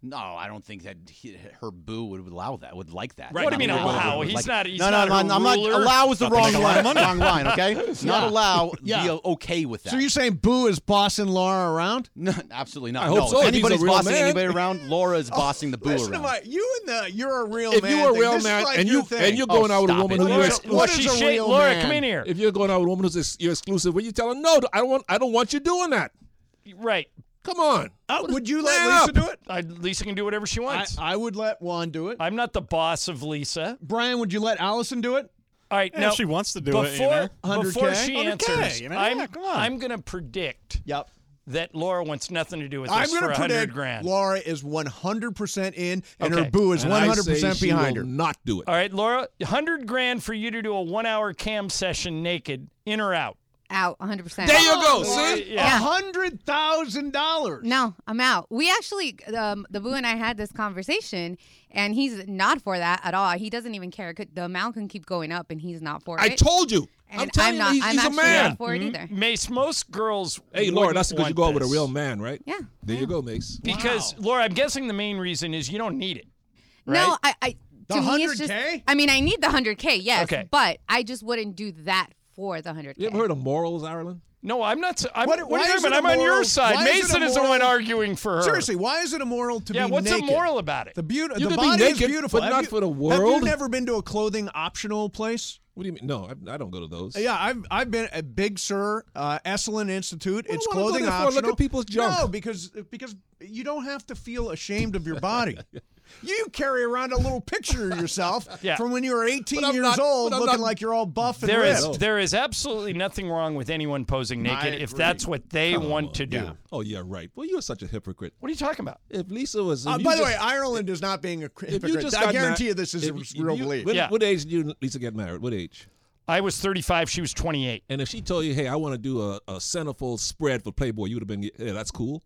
No, I don't think that he, her boo would allow that. Would like that.
Right. What do you mean
Not
allow?
would
He's
like-
not- he's
no,
not
no,
her
no, I'm not.
ruler.
Allow is the
Not gonna
wrong
make a lot
line.
of money.
Wrong line. Okay.
Yeah.
Not
(laughs)
allow.
Yeah.
Be okay with that.
So you're saying Boo is bossing Laura around?
No, absolutely
I
not.
hope
no,
so, if
if
he's a
anybody's
real
bossing
man. Oh,
anybody
(laughs)
around, Laura's bossing the boo
Listen to
around.
my. You and the. You're a real
if
man.
you were a
thing.
real
This is
man
like
and
your
you
thing.
and you're
Oh,
going out with a
stop
woman
it.
who
Laura,
you're,
is-
ex-
what
she
is a
sha-
real
Laura,
man?
come in here.
if you're going out with a woman who's ex- you're exclusive, well, you tell her no. I don't want. I don't want you doing that.
Right.
Come on.
Uh, would you
Man
let Lisa
up.
do it?
I, Lisa can do whatever she
I,
wants.
I would let Juan do it.
I, am not the boss of Lisa.
Brian, would you let Allison do it?
All right. now
if she wants to do
before,
it, you know.
before
100K?
she
100K,
answers,
you know?
I'm,
Yeah, come on.
I'm going to predict
Yep.
that Laura wants nothing to do with
I'm
this
going
for
to
a
predict
hundred grand.
Laura is 100% in, and
Okay.
her boo is
And I
100%
say she
behind
will
her.
Not do it.
All right, Laura, 100 grand for you to do a one hour cam session naked, in or out.
Out 100%.
There you go. See.
Yeah.
$100,000.
No, I'm out. We actually, um, the boo and I had this conversation, and he's not for that at all. He doesn't even care. Could- The amount can keep going up, and he's not for
I
it.
told you.
and
I'm telling
not.
you,
I'm
he's, he's a
actually
man.
not for it
M-
either.
Mace, most girls.
Hey, Laura,
wouldn't
that's because you
want
go out with a
this.
real man, right?
Yeah.
There you go, Mace.
Because, Laura, I'm guessing the main reason is you don't need it.
No, I.
right?
I
The
to me, it's just,
100K?
I mean, I need the 100K, yes,
Okay.
but I just wouldn't do that for the 100K.
You ever heard of morals, Ireland?
No, I'm not. s- I'm,
What-
what,
why
do you
is
mean?
it
I'm on your
immoral?
side.
Why is it
Mason is the one
immoral?
arguing for her.
Seriously, why is it immoral to
Yeah,
be
what's
naked?
immoral about it?
The beauty,
You
the
could be
body is
naked,
beautiful.
but
Have
not
you-
for the
Have you
world.
never been to a clothing optional place?
What do you mean? No, I, I don't go to those.
Yeah, I've I've been at Big Sur uh, Esalen Institute. it's
wanna go
clothing
there for? Look
optional.
at people's junk.
No, because because you don't have to feel ashamed of your
(laughs)
body. You carry around a little picture of yourself
Yeah.
from when you were 18
But I'm
years
not-
old,
but I'm
looking
not-
like you're all buff and
There
ripped. Uh,
is there is absolutely nothing wrong with anyone posing
I
naked if
agree.
that's what they
Come
want
on.
to do.
Yeah. Oh yeah, right. Well, you're such a hypocrite.
What are you talking about?
If Lisa was,
Uh,
if you
by the
just-
way, Ireland is not being a cri-
if you
hypocrite.
just
I
got
guarantee
mar-
you this is a
if you- if
real
you-
belief.
When, what age did you Lisa get married? What age?
I was 35. She was 28.
And if she told you, "Hey, I want to do a, a centerfold spread for Playboy," you would have been, "Yeah, that's cool."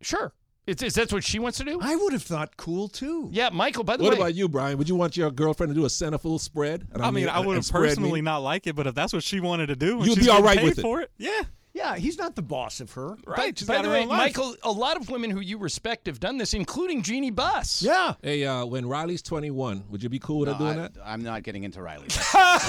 Sure. It's, is that's what she wants to do?
I would have thought cool too.
Yeah, Michael. By the
what
way,
about you, Brian? Would you want your girlfriend to do a centerfold spread? And
I mean, I
and-
would
and
have
spread me?
personally not like it, but if that's what she wanted to do, and
You'd
she's
be all
getting
right
paid
with it.
for it. Yeah.
Yeah, he's not the boss of her.
Right.
she's
By
got
the
her
way,
own life.
Michael, a lot of women who you respect have done this, including Jeannie Buss.
Yeah.
Hey, uh, when Riley's 21, would you be cool with her
No,
doing
I-
that?
I'm not getting into
(laughs)
Riley.
What
That's,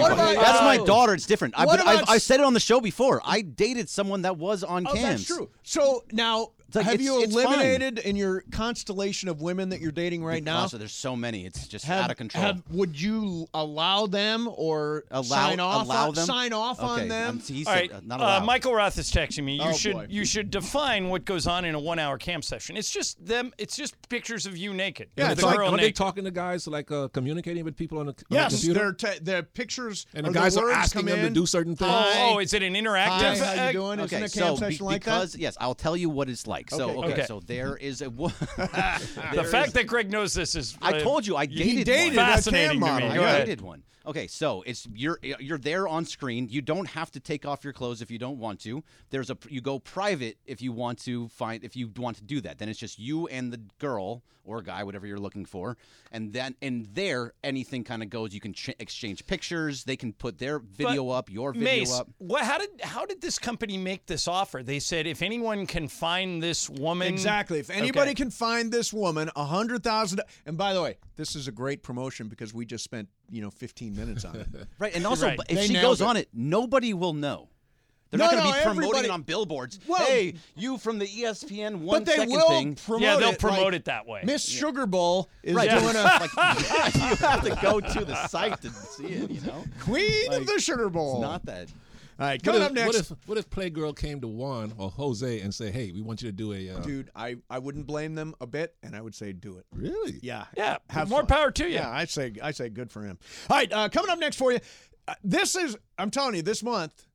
way too
about-
much. That's my
Oh.
daughter. It's different. I've,
What
been- I've-
about-
I've said it on the show before. I dated someone that was on
Oh, that's
cams.
true. So now,
It's like,
have
it's-
you
it's fine.
eliminated in your constellation of women that you're dating right now?
Gosh, there's so many. It's just
Have-
out of control.
have- would you allow them or
Allow-
sign off?
allow
on,
them?
Sign off
Okay,
on them.
I'm- he
All right, uh, Michael Roth is texting me. You
Oh,
should
boy.
you should define what goes on in a one hour camp session. It's just them. It's just pictures of you naked.
Yeah,
with
it's
the
like,
girl
are they
naked.
talking to guys like uh, communicating with people on the, on the
Yes,
computer?
their te- their pictures
And the
or
guys are
words
asking
come
them to
in.
do certain things?
Hi.
Oh, is it an interactive? uh,
Hi, how you
act?
doing? Isn't
Okay,
a camp
so be-
session like that?
because yes, I'll tell you what it's like. So
Okay.
okay,
Okay.
so there is
(laughs)
a wo- (laughs)
The
There
fact
is-
that Greg knows this is
I
uh,
told you I dated
dated
one.
a Fascinating cam to me. model. Go
I
ahead.
dated one. Okay, so it's you're you're there on screen. You don't have to take off your clothes if you don't want to. There's a you go private if you want to find if you want to do that. Then it's just you and the girl or guy, whatever you're looking for. And then and there anything kind of goes. You can ch- exchange pictures. They can put their video up, your video
Mace,
up.
What, how did how did this company make this offer? They said if anyone can find this woman
Exactly. If anybody can find this woman a hundred thousand, and by the way, this is a great promotion because we just spent you know fifteen minutes on it.
Right, and also, but if
They
she
nailed
goes on it, nobody will know. They're
No,
not going
no,
to be promoting
everybody-
it on billboards.
Well-
hey, you from the E ESPN one
but they
second
will
thing.
promote. it, like, Miss
Yeah.
Sugar Bowl is
Right,
doing a
like, (laughs) you have to go
(laughs)
to the site to see it. You know,
Queen of
Like,
the Sugar Bowl.
It's not that.
All right,
What
coming
if,
up next,
What if, what if Playgirl came to Juan or Jose and say, "Hey, we want you to do a uh,
dude, I I wouldn't blame them a bit, and I would say do it.
Really?
Yeah.
Yeah,
Have
more
fun.
power to you.
Yeah, I say I say good for him. All right, uh, coming up next for you. Uh, this is I'm telling you this month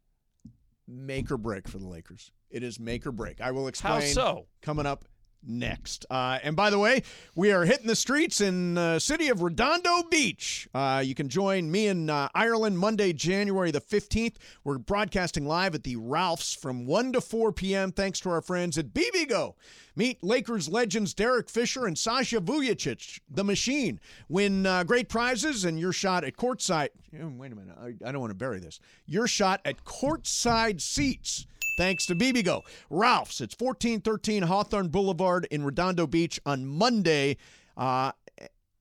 make or break for the Lakers. It is make or break. I will explain
so?
coming up next. Uh, and by the way, we are hitting the streets in the city of Redondo Beach. Uh, you can join me in uh, Ireland Monday, January the 15th. We're broadcasting live at the Ralphs from 1 to 4 p.m. Thanks to our friends at BBGO. Meet Lakers legends Derek Fisher and Sasha Vujacic, the machine. Win uh, great prizes and your shot at courtside. Yeah, Wait a minute. I, I don't want to bury this. Your shot at courtside seats. Thanks to BBGO. Ralph's, it's 1413 Hawthorne Boulevard in Redondo Beach on Monday, uh,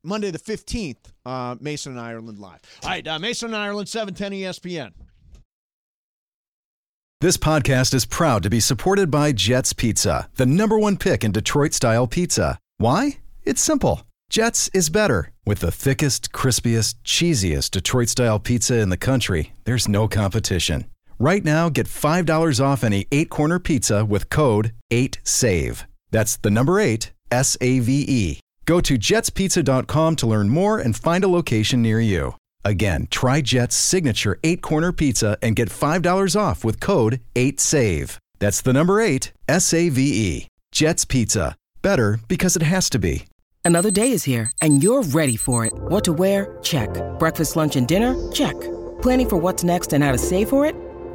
Monday the 15th, uh, Mason and Ireland Live. All right, uh, Mason and Ireland, E 710 ESPN.
This podcast is proud to be supported by Jets Pizza, the number one pick in Detroit style pizza. Why? It's simple. Jets is better. With the thickest, crispiest, cheesiest Detroit style pizza in the country, there's no competition. Right now, get $5 off any eight corner pizza with code 8SAVE. That's the number eight, S A V E. Go to jetspizza.com to learn more and find a location near you. Again, try Jet's signature eight corner pizza and get $5 off with code 8SAVE. That's the number eight, S A V E. Jet's Pizza. Better because it has to be.
Another day is here, and you're ready for it. What to wear? Check. Breakfast, lunch, and dinner? Check. Planning for what's next and how to save for it?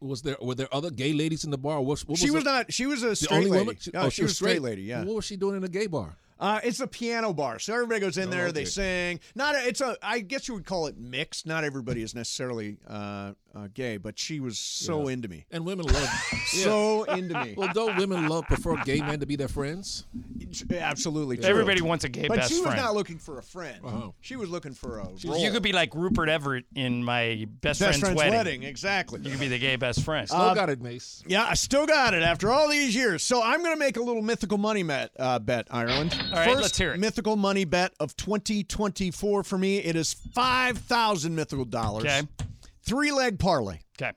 Was there were there other gay ladies in the bar? What, what
she
was
was
the-
not, she was a
the
straight
only
lady.
woman? She-
No,
oh,
she was a straight
straight
lady, yeah.
What was she doing in a gay bar?
Uh, it's a piano bar, so everybody goes in
Oh,
there. They
okay.
sing. Not a, it's a. I guess you would call it mixed. Not everybody is necessarily uh, uh, gay, but she was so
Yeah.
into me.
And women
(laughs)
love (laughs)
so into me.
Well, don't women love prefer gay men to be their friends?
Absolutely.
true.
Everybody wants a gay
but
best
she was
friend.
not looking for a friend.
Uh-huh.
She was looking for a
She-
role.
You could be like Rupert Everett in my best,
Best
friend's,
friend's
wedding.
wedding, exactly.
You could be the gay best friend.
Uh,
Mace.
Yeah, I still got it after all these years. So I'm going to make a little mythical money bet, uh, bet Ireland.
All right,
1st
let's hear it.
mythical money bet of 2024 for me. It is 5,000 mythical dollars.
Okay.
Three leg parlay.
Okay.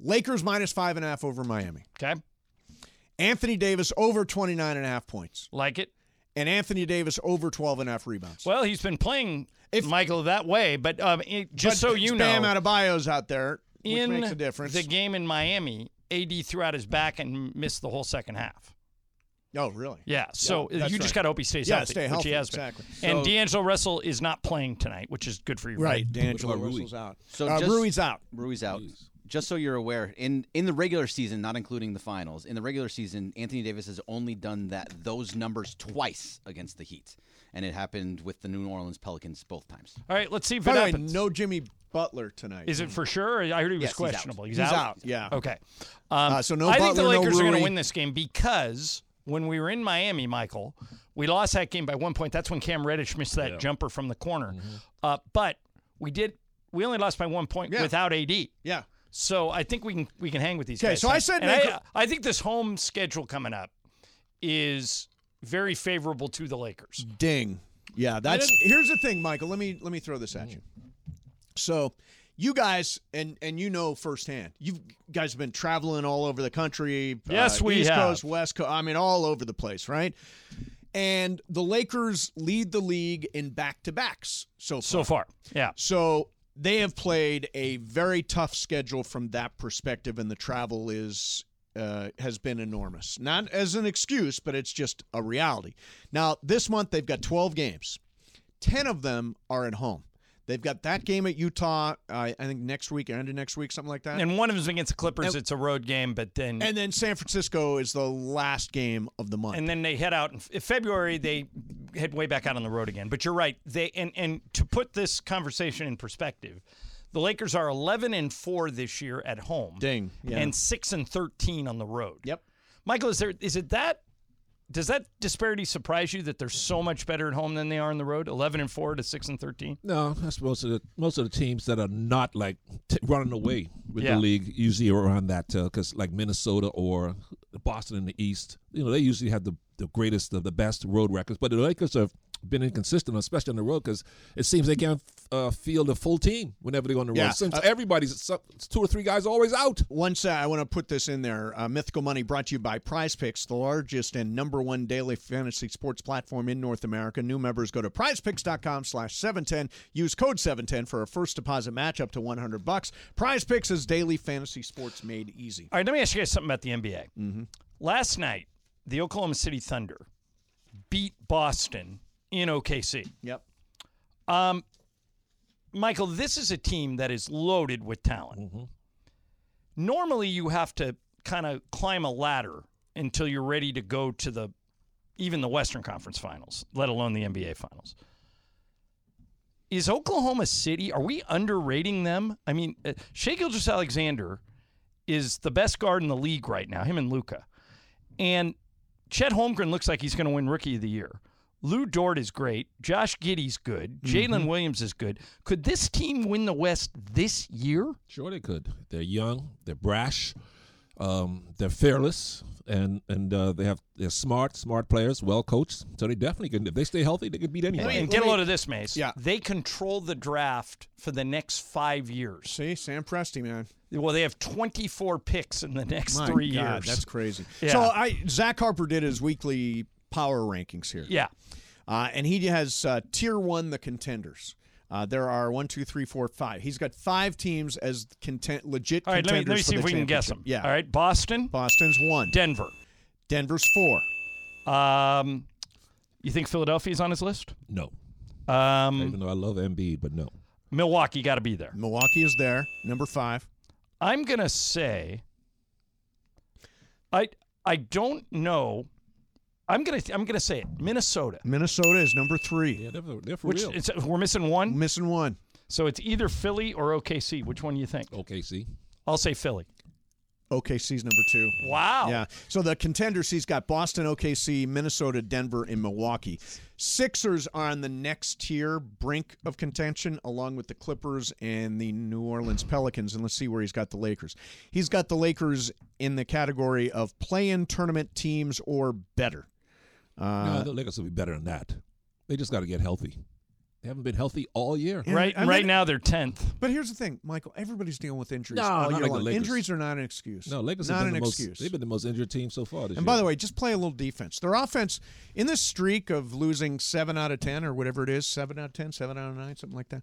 Lakers minus five and a half over Miami.
Okay.
Anthony Davis over 29 and a half points.
Like it.
And Anthony Davis over 12 and a half rebounds.
Well, he's been playing Michael that way, but um, it- just
But
so you know,
Bam Adebayo's out there, which
in
makes a difference.
the game in Miami, AD threw out his back and missed the whole second half.
oh, really?
Yeah, so uh,
that's
you just
right.
got to hope he stays
yeah,
healthy,
stay healthy.
which he has been.
Exactly.
And
So-
D'Angelo Russell is not playing tonight, which is good for you, right?
D'Angelo
Rui.
Russell's out.
So
Uh,
just,
Rui's out.
Rui's out. Just so you're aware, in in the regular season, not including the finals, in the regular season, Anthony Davis has only done that those numbers twice against the Heat, and it happened with the New Orleans Pelicans both times.
All right, let's see if
By
it
the way,
happens.
no Jimmy Butler tonight.
Is it for sure? I heard he was
Mm. Yes, he's out.
questionable.
He's out, yeah.
Okay. Um,
Uh, so no
I think the
Butler, no
Lakers are going
Rui.
to win this game because when we were in Miami, Michael, we lost that game by one point. That's when Cam Reddish missed that jumper from the corner.
Mm-hmm.
Uh, but we did. We only lost by one point
Yeah.
without AD.
Yeah.
So I think we can we can hang with these
Okay,
guys.
so I said
And
make
I,
a-
I think this home schedule coming up is very favorable to the Lakers.
Mm. Ding. Yeah, that's here's the thing, Michael. Let me let me throw this at you. So you guys and and you know firsthand. You guys have been traveling all over the country. uh,
Yes, we
East
have.
Coast, West Coast. I mean, all over the place, right? And the Lakers lead the league in back to backs so far.
So far, yeah.
So they have played a very tough schedule from that perspective, and the travel is uh, has been enormous. Not as an excuse, but it's just a reality. Now this month they've got 12 games. Ten of them are at home. They've got that game at Utah. Uh, I think next week, end of next week, something like that.
And one of them is against the Clippers.
And-
it's a road game, but then
And then San Francisco is the last game of the month.
and then they head out in F- February. They head way back out on the road again. But you're right. They and and to put this conversation in perspective, the Lakers are 11 and four this year at home.
Ding. Yeah.
And six and 13 on the road.
Yep.
Michael, is there is it that? Does that disparity surprise you that they're so much better at home than they are on the road? 11 and four to six and 13.
No, that's most of the most of the teams that are not like t- running away with
Yeah.
the league usually are around that because like Minnesota or Boston in the East, you know, they usually have the the greatest of the best road records. But the Lakers have been inconsistent, especially on the road, because it seems they can't uh, field a full team whenever they go on the road.
Yeah.
It seems
Uh,
everybody's some- two or three guys always out.
One sec, I want to put this in there. Uh, Mythical Money brought to you by Prize Picks, the largest and number one daily fantasy sports platform in North America. New members go to prizepicks.com slash 710. Use code 710 for a first deposit match up to 100 bucks. Prize Picks is daily fantasy sports made easy.
All right, let me ask you guys something about the NBA.
Mm-hmm.
Last night, the Oklahoma City Thunder beat Boston in OKC.
Yep.
Um, Michael, this is a team that is loaded with talent. Normally, you have to kind of climb a ladder until you're ready to go to the even the Western Conference Finals, let alone the NBA Finals. Is Oklahoma City? Are we underrating them? I mean, uh, Shea Gilgis Alexander is the best guard in the league right now. Him and Luca, and Chet Holmgren looks like he's going to win Rookie of the Year. Lou Dort is great. Josh Giddy's good.
Mm-hmm.
Jalen Williams is good. Could this team win the West this year?
Sure, they could. They're young, they're brash, um, they're fearless, and and uh, they have they're smart, smart players, well coached. So they definitely can. If they stay healthy, they could beat
And,
anybody.
and get a load of this, Mace. Yeah. They control the draft for the next five years.
See, Sam Presti, man.
Well, they have 24 picks in the next
My
three
God,
years.
That's crazy.
(laughs) Yeah.
So I Zach Harper did his weekly power rankings here.
Yeah.
Uh, and he has uh, tier one the contenders. Uh, there are one, two, three, four, five. He's got five teams as content legit.
All right, let me, let me
contenders for
see
the
if we can guess them.
championship. Yeah.
All right, Boston.
Boston's one.
Denver.
Denver's four.
Um, you think Philadelphia's on his list?
No.
Um,
Even though I love Embiid, but no.
Milwaukee got to be there.
Milwaukee is there, number five.
I'm gonna say, I I don't know. I'm gonna I'm gonna say it. Minnesota.
Minnesota is number three.
Yeah, they're, they're
Which it's, we're missing one.
Missing one.
So it's either Philly or OKC. Which one do you think?
OKC.
I'll say Philly.
OKC's number two.
Wow.
Yeah. So the contender C's got Boston, OKC, Minnesota, Denver, and Milwaukee. Sixers are on the next tier brink of contention, along with the Clippers and the New Orleans Pelicans. And let's see where he's got the Lakers. He's got the Lakers in the category of play-in tournament teams or better. Uh,
no, the Lakers will be better than that. They just got to get healthy. They haven't been healthy all year.
And I mean-
they're tenth.
But here's the thing, Michael. Everybody's dealing with injuries
No,
all
not
year
like the
long.
Lakers.
Injuries are not an excuse.
No, Lakers
not
have been
an
the most,
excuse.
They've been the most injured team so far this
And
year.
by the way, just play a little defense. Their offense, in this streak of losing seven out of 10 or whatever it is, seven out of 10, seven out of nine, something like that,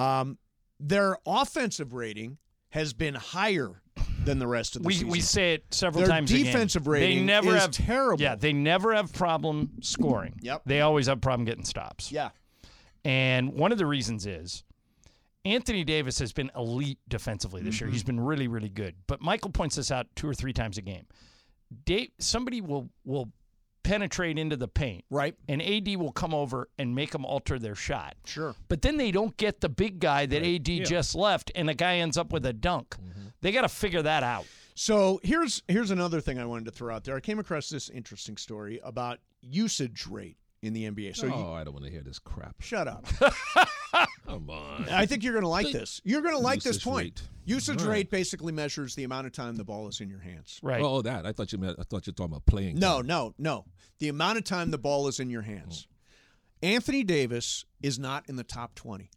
um, their offensive rating has been higher than the rest of the
We,
season.
we say it several
their
times. a game.
defensive rating
they never
is
have,
terrible.
Yeah, they never have problem scoring.
Yep.
They always have problem getting stops.
Yeah.
And one of the reasons is Anthony Davis has been elite defensively this year.
Mm-hmm.
Mhm.
He's been really, really good. But Michael points this out two or three times a game. Dave, somebody will will penetrate into the paint,
right?
And AD will come over and make them alter their shot.
Sure.
But then they don't get the big guy that AD just left, and the guy ends up with a dunk.
Mm-hmm.
They got to figure that out.
So here's here's another thing I wanted to throw out there. I came across this interesting story about usage rate in the NBA. So
oh,
you,
I don't want to hear this crap.
shut
(laughs)
up.
Come on. (laughs)
I think you're going to like
Think-
this. You're going to like this
Usage
point.
rate.
Usage
All right.
rate basically measures the amount of time the ball is in your hands.
Oh, that. I thought you meant. I thought you were talking about playing.
No, no, no. The amount of time the ball is in your hands. Anthony Davis is not in the top 20.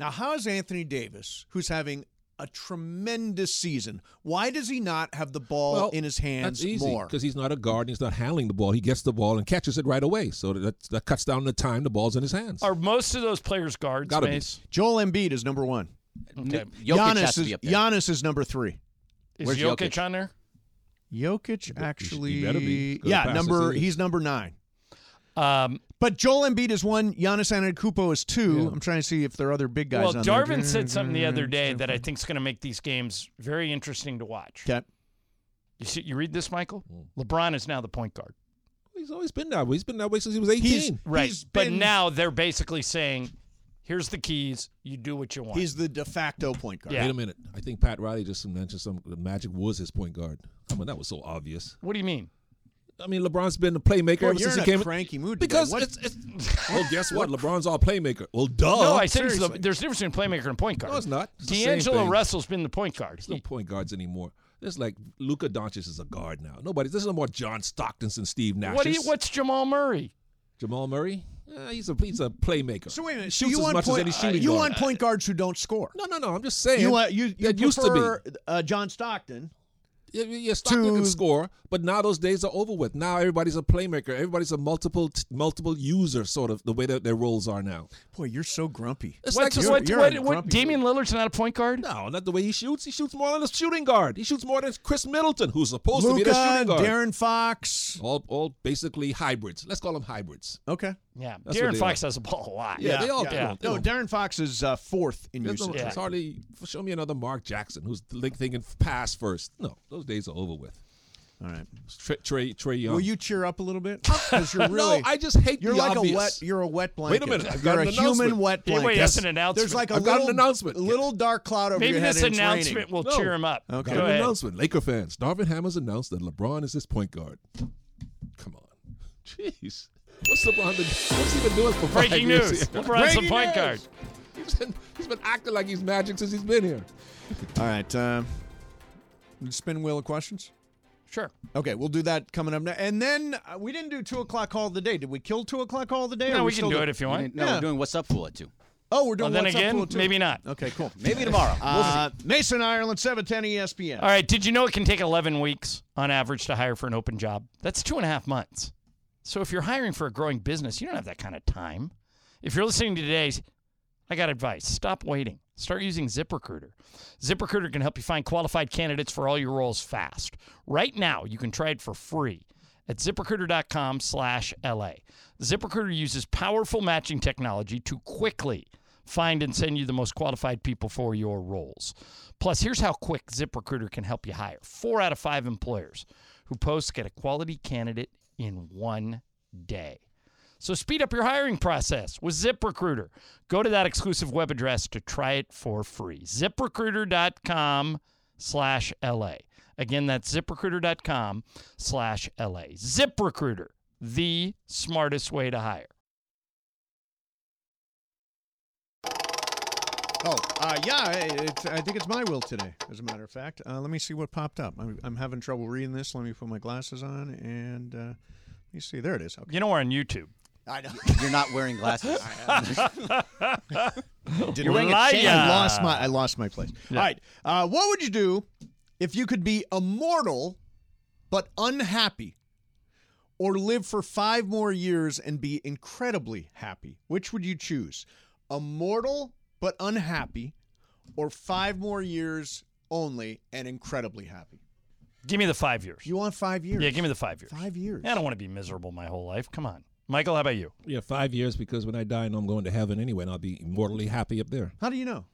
Now, how is Anthony Davis, who's having a tremendous season, why does he not have the ball in his hands
That's easy
more?
because he's not a guard. and He's not handling the ball. He gets the ball and catches it right away. So that that cuts down the time the ball's in his hands.
Are most of those players guards?
Gotta be.
Mace?
Joel Embiid is number one.
Okay.
Giannis, is, Giannis is number three.
Is Jokic, on there?
Jokic actually,
better be. Go
yeah,
past
number
the season.
he's number nine.
Um,
but Joel Embiid is one. Giannis Antetokounmpo is two. I'm trying to see if there are other big guys.
Well,
on
Darvin
there.
said something the other day that I think is going to make these games very interesting to watch.
Okay.
You see, you read this, Michael? LeBron is now the point guard.
Hmm. He's always been that way. He's been that way since he was 18.
right. But now they're basically saying, here's the keys. You do what you want.
He's the de facto point guard.
Wait a minute. I think Pat Riley just mentioned some the Magic was his point guard. Come on, that was so obvious.
What do you mean?
I mean, LeBron's been the playmaker
Boy,
ever
you're
since
in
he
a
came.
cranky mood today.
because
What-
it's, it's (laughs) well, guess what? LeBron's all playmaker. Well, duh.
no, I said he's the, there's a difference between playmaker and point guard.
No, it's not. It's the same
D'Angelo
thing.
Russell's been the point guard.
There's no point guards anymore. It's like Luka Doncic is a guard now. Nobody. There's no more John Stockton's and Steve Nash.
What do you, what's Jamal Murray?
Jamal Murray? Uh, he's a he's a playmaker.
So wait a minute.
Shoots
so you
as
want
much
point, uh,
as any shooting
you
guard.
want point guards who don't score?
uh, No, no, no. I'm just saying.
You want you, you
That used to be.
prefer, uh, John Stockton.
Yeah, yeah, yeah, Stockton can score, but now those days are over with. Now everybody's a playmaker. Everybody's a multiple t- multiple user sort of the way that their roles are now.
Boy, you're so grumpy.
It's
What's-
like just-
what- what- what- Damian Lillard's not a point guard?
No, not the way he shoots. He shoots more than a shooting guard. He shoots more than Chris Middleton, who's supposed to be the
Luka,
shooting guard.
Darren Fox.
all all basically hybrids. Let's call them hybrids.
Okay.
Yeah,
That's what
Darren
they
Fox
are.
has the ball a lot.
Yeah, they all
yeah.
do. They
No,
all-
Darren Fox is uh, fourth in
There's no-
usage.
It's hardly show me another Mark Jackson who's like thinking pass first. No, those days are over with.
All right,
Trey Trey, Trey Young.
Will you cheer up a little
(laughs)
bit? 'Cause you're
No,
really,
I just hate
You're
the
like
obvious.
a wet. You're a wet
Wait
blanket.
a minute, I've got
you're
an
a human
announcement.
wet
Yeah,
blanket.
wait, that's an
There's
announcement.
like a
I've got an
little
announcement.
Little dark cloud over
Maybe
your head.
this
and it's
announcement
raining.
will
No.
cheer him up.
Okay.
Got
Go
an
ahead.
announcement. Laker fans. Darvin Hammer's announced that LeBron is his point guard. Come on. Jeez. What's LeBron been, what's he been doing for five
Breaking
years
(laughs) news.
here?
LeBron's the
Breaking
point
news.
guard.
He's been, he's been acting like he's magic since he's been here.
All right. Um, spin wheel of questions.
Sure.
Okay, we'll do that coming up now. And then uh, we didn't do two o'clock all the day. Did we kill two o'clock all the day?
No,
Are
we can
still
do
doing-
it if you want.
No,
Yeah.
we're doing what's up for it too.
Oh, we're doing.
Well, then
What's Up
again,
Fool too.
maybe not.
Okay, cool.
Maybe tomorrow. We'll
Uh, Mason Ireland, seven ten E ESPN.
All right. Did you know it can take 11 weeks on average to hire for an open job? That's two and a half months. So if you're hiring for a growing business, you don't have that kind of time. If you're listening to today's, I got advice. Stop waiting. Start using ZipRecruiter. ZipRecruiter can help you find qualified candidates for all your roles fast. Right now, you can try it for free at ziprecruiter.com slash LA. ZipRecruiter uses powerful matching technology to quickly find and send you the most qualified people for your roles. Plus, here's how quick ZipRecruiter can help you hire. Four out of five employers who post get a quality candidate in one day. So speed up your hiring process with ZipRecruiter. Go to that exclusive web address to try it for free. ZipRecruiter.com slash LA. Again, that's ZipRecruiter.com slash LA. ZipRecruiter, the smartest way to hire.
Oh, uh, yeah, it, I think it's my will today, as a matter of fact. Uh, let me see what popped up. I'm, I'm having trouble reading this. Let me put my glasses on and uh, let me see. There it is. Okay.
You know we're on YouTube.
I know.
You're not wearing glasses.
(laughs)
Didn't
You're
wearing a
a
chain.
liar.
I lost my I lost my place.
Yeah.
All right. Uh, what would you do if you could be immortal but unhappy? Or live for five more years and be incredibly happy? Which would you choose? Immortal but unhappy, or five more years only and incredibly happy?
Give me the five years.
You want five years?
Yeah, give me the five years.
Five years.
I don't want to be miserable my whole life. Come on. Michael, how about you?
Yeah, five years because when I die, I know I'm going to heaven anyway, and I'll be immortally happy up there.
How do you know?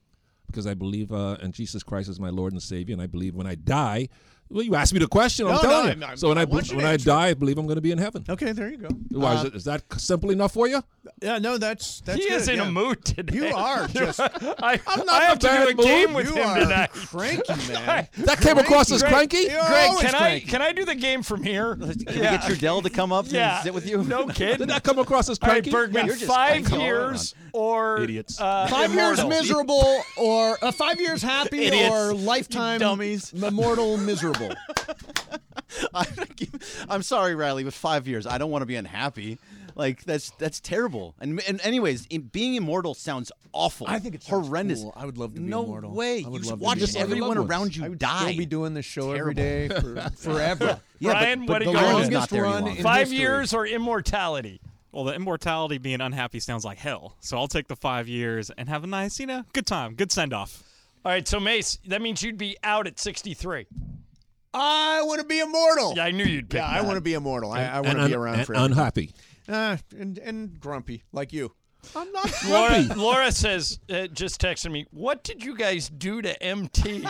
Because I believe uh, in Jesus Christ as my Lord and Savior, and I believe when I die, well, you asked me the question. I'm
No, no,
telling
I'm-
you.
I'm-
so when
I
I,
want you to
when I
answer.
die, I believe I'm going to be in heaven.
Okay, there you go.
Why is,
Uh,
it, is that simple enough
(laughs)
for you?
Yeah, no, that's that's.
He
good,
is in
yeah.
a mood today.
You
(laughs)
are just.
I,
I'm not in
I have
a
to do
bad
a game
mood.
with
You
him
are (laughs)
tonight. (laughs)
Cranky man.
That came across as cranky?
You're
Greg,
always
can I
cranky.
can I do the game from here? Can
we get your Dell to come up and
yeah.
sit with you? (laughs)
No kid.
Did that come across as
All right,
cranky?
Bergman,
Yeah, you're just
five
cranky all
years or
Idiots.
Uh,
(laughs) Five
immortal.
years miserable, or uh, five years happy,
(laughs) Idiots.
or lifetime dummies. immortal miserable.
(laughs) I'm sorry, Riley, but five years. I don't want to be unhappy. Like that's that's terrible. And and anyways, in, being immortal sounds awful.
I think it's
horrendous.
I would love to be
no
immortal.
way.
I
You
would
just
love to
watch
be immortal.
everyone around you
I would
die.
Still be doing this show every day
Terrible. (laughs)
for, forever.
Yeah, but-
Ryan, what
but
do you
the
got?
longest Not there
run
anymore.
in
Five
history.
years or immortality?
Well, the immortality being unhappy sounds like hell. So I'll take the five years and have a nice, you know, good time, good send off.
All right, so Mace, that means you'd be out at 63.
I want to be immortal.
Yeah, I knew you'd pick
Yeah, I
that.
want to be immortal. I, I want
And
to be
un-
around
and
forever.
unhappy.
Ah, and, and grumpy, like you. I'm not
Laura,
grumpy.
Laura says, uh, just texted me, what did you guys do to MT?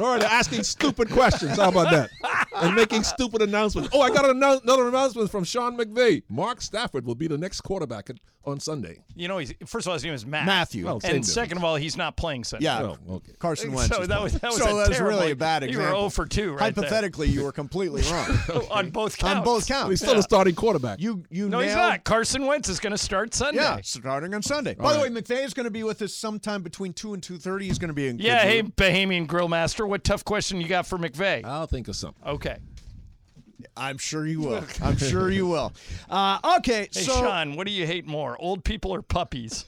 Laura, they're asking stupid questions. How about that? And making stupid announcements. Oh, I got an annou- another announcement from Sean McVay. Mark Stafford will be the next quarterback at- on Sunday.
you know, he's, first of all, his name is Matt.
Matthew. Well,
same
(laughs) and
difference.
second of all, he's not playing Sunday.
Yeah,
Oh, okay.
(laughs)
Carson Wentz.
So
is
that
one.
was- that was
so
a
that was really
terrible-
a bad
you were
example.
0 for 2 right there.
Hypothetically, you were
(laughs)
completely wrong
on both counts.
on both
He's
counts.
still a starting quarterback.
You you
No, he's
nailed-
not. Carson Wentz is going to start Sunday.
Yeah, starting on Sunday. By the way, McVay is going to be with us sometime between two and two thirty. He's going to be in.
Yeah,
good Oh.
hey,
mood.
Bahamian Grill Master, what tough question you got for McVeigh?
I'll think of something.
Okay.
I'm sure you
(laughs)
will. I'm sure you will. Uh, okay,
Hey,
so
Sean, what do you hate more, old people
(laughs)
or puppies?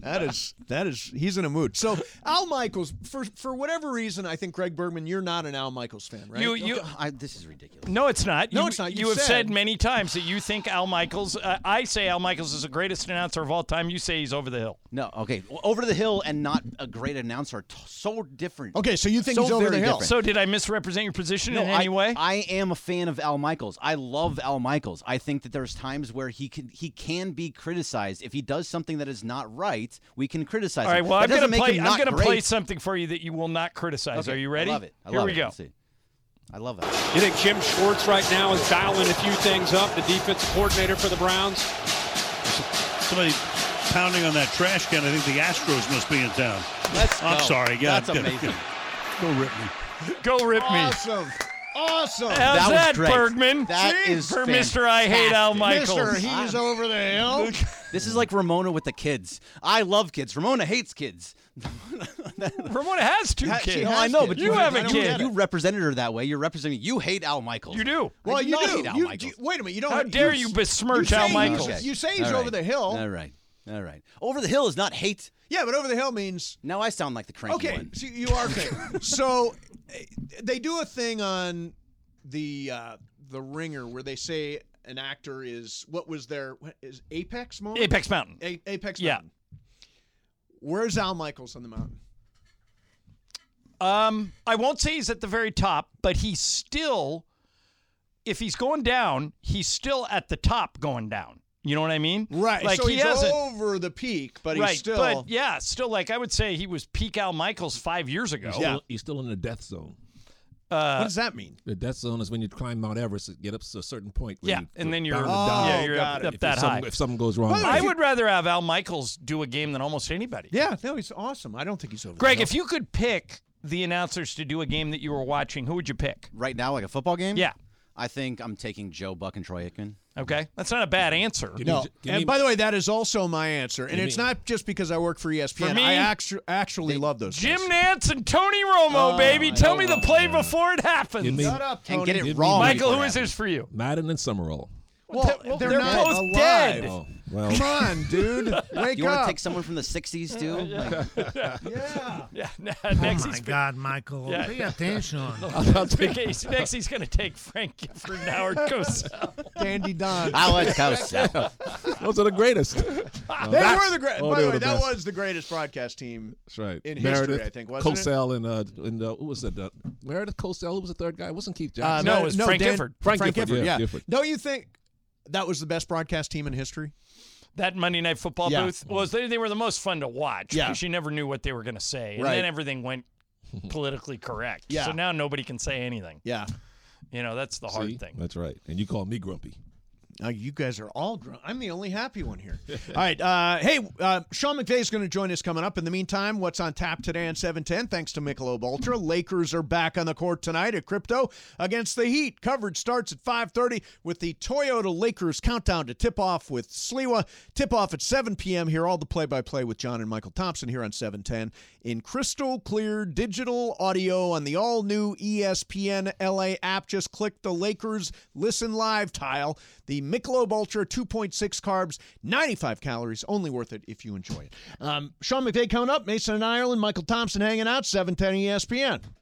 that is that is he's in a mood. So Al Michaels, for for whatever reason, I think Greg Bergman, you're not an Al Michaels fan, right?
You, you,
I, this is ridiculous.
no, it's not.
No,
you,
it's not.
You,
You
have said
said-
many times that you think Al Michaels. Uh, I say Al Michaels is the greatest announcer of all time. You say he's over the hill.
No, okay. Well, Over the hill and not a great announcer. are T- so different.
okay, so you think
So
he's over
very
the hill?
different.
So did I misrepresent your position
No,
in
I,
any way?
I am a fan of Al Michaels. I love Al Michaels. I think that there's times where he can he can be criticized if he does something that is not right. We can criticize.
all right.
him.
Well,
That
I'm
doesn't
gonna
make
play.
him
I'm
not
gonna
great.
play something for you that you will not criticize.
Okay,
Are you ready?
I love it. I
Here
love
we
it.
go.
Let's see. I love that.
You think Jim Schwartz right now is dialing a few things up, the defensive coordinator for the Browns?
Somebody pounding on that trash can. I think the Astros must be in town.
Let's
I'm
go.
sorry. God
That's
damn it.
amazing.
Go rip me.
Go rip me.
Awesome, awesome.
How's
That was
that,
great.
Bergman?
That
Gee,
is
for Mr. I hate Al Michaels.
Mister, he's over the hill.
This is like Ramona with the kids. I love kids. Ramona hates kids. (laughs)
Ramona has two
That-
kids.
No, I know, but
you have a
you-
kid.
You represented her that way. You're representing. You hate Al Michaels.
You do.
Well,
I
you
not
do.
hate Al
You-
Michaels.
you- wait a minute. You don't.
How dare you besmirch Al
say he's-
Michaels?
Okay.
You say he's
All right.
over the hill.
All right. All right. Over the hill is not hate.
Yeah, but over the hill means
Now I sound like the cranky
okay.
one.
So you are cranky. so uh, they do a thing on the uh, the Ringer where they say an actor is what was their what is apex moment?
Apex Mountain.
A- apex.
Yeah.
Mountain. Where's Al Michaels on the mountain?
Um, I won't say he's at the very top, but he's still, if he's going down, he's still at the top going down. You know what I mean? Like
so
he
he's
hasn't.
over the peak, but
right.
he's still.
But yeah,
Oh,
still like I would say he was peak Al Michaels five years ago.
He's still- He's still in the death zone.
Uh,
does that mean? The death zone is when you climb Mount Everest, you get up to a certain point. Where
Yeah,
you,
and then you're, Oh,
bound to die.
yeah, you're up,
If
up that
something-
high.
If something goes wrong,
I would rather have Al Michaels do a game than almost anybody.
Yeah, no, he's awesome. I don't think he's over.
Greg, if you could pick the announcers to do a game that you were watching, who would you pick?
Right now, like a football game?
Yeah.
I think I'm taking Joe Buck and Troy Aikman.
Okay, that's not a bad answer.
no, and by the way, that is also my answer, and it's not just because I work for E ESPN.
For me,
I actu- actually love those.
Jim Nance and Tony Romo,
Oh,
baby.
I
Tell
know
me the
Romo,
play before it happens.
Give me- Shut up,
And
get it Give me- wrong
Michael.
before
Who
it
is this for you?
Madden and Summerall.
Well,
they're not both dead.
Oh, well.
Come on, (laughs) dude. Wake
you wanna
up.
take someone from the 60s, too? Like-
yeah. yeah.
oh my
Next
God, Michael,
Yeah.
pay
(laughs)
attention.
I'll take Ace. Next, he's going to take Frank Gifford and Howard Cosell.
Dandy
(laughs)
Don.
Those are the greatest.
They were the great.
oh,
by
they
the
were
way,
the
that
best.
was the greatest broadcast team.
That's right.
In
Meredith,
history, I think wasn't it?
Cosell and uh and uh, who was it? Uh, Meredith Cosell who was the third guy. It wasn't Keith
Uh,
Jackson.
Dan-
Frank, Gifford.
Yeah.
Gifford.
Don't you think that was the best broadcast team in history?
That Monday Night Football
Yeah.
booth was they, they were the most fun to watch
Yeah.
because you never knew what they were going to say, and
Right.
then everything went politically correct.
Yeah.
So now nobody can say anything.
Yeah.
You know that's the hard
See?
thing.
That's right. And you call me grumpy.
Now you guys are all drunk. I'm the only happy one here. (laughs) all right. Uh, hey, uh, Sean McVay is going to join us coming up. In the meantime, what's on tap today on 710? Thanks to Michelob Ultra. Lakers are back on the court tonight at Crypto against the Heat. Coverage starts at 5:30 with the Toyota Lakers countdown to tip-off with Sliwa. Tip-off at 7 p.m. here. All the play-by-play with John and Michael Thompson here on 710 in crystal clear digital audio on the all-new E ESPN LA app. Just click the Lakers Listen Live tile. The Michelob Ultra 2.6 carbs, 95 calories. Only worth it if you enjoy it. Um, Sean McVay coming up. Mason and Ireland. Michael Thompson hanging out. 710 ESPN.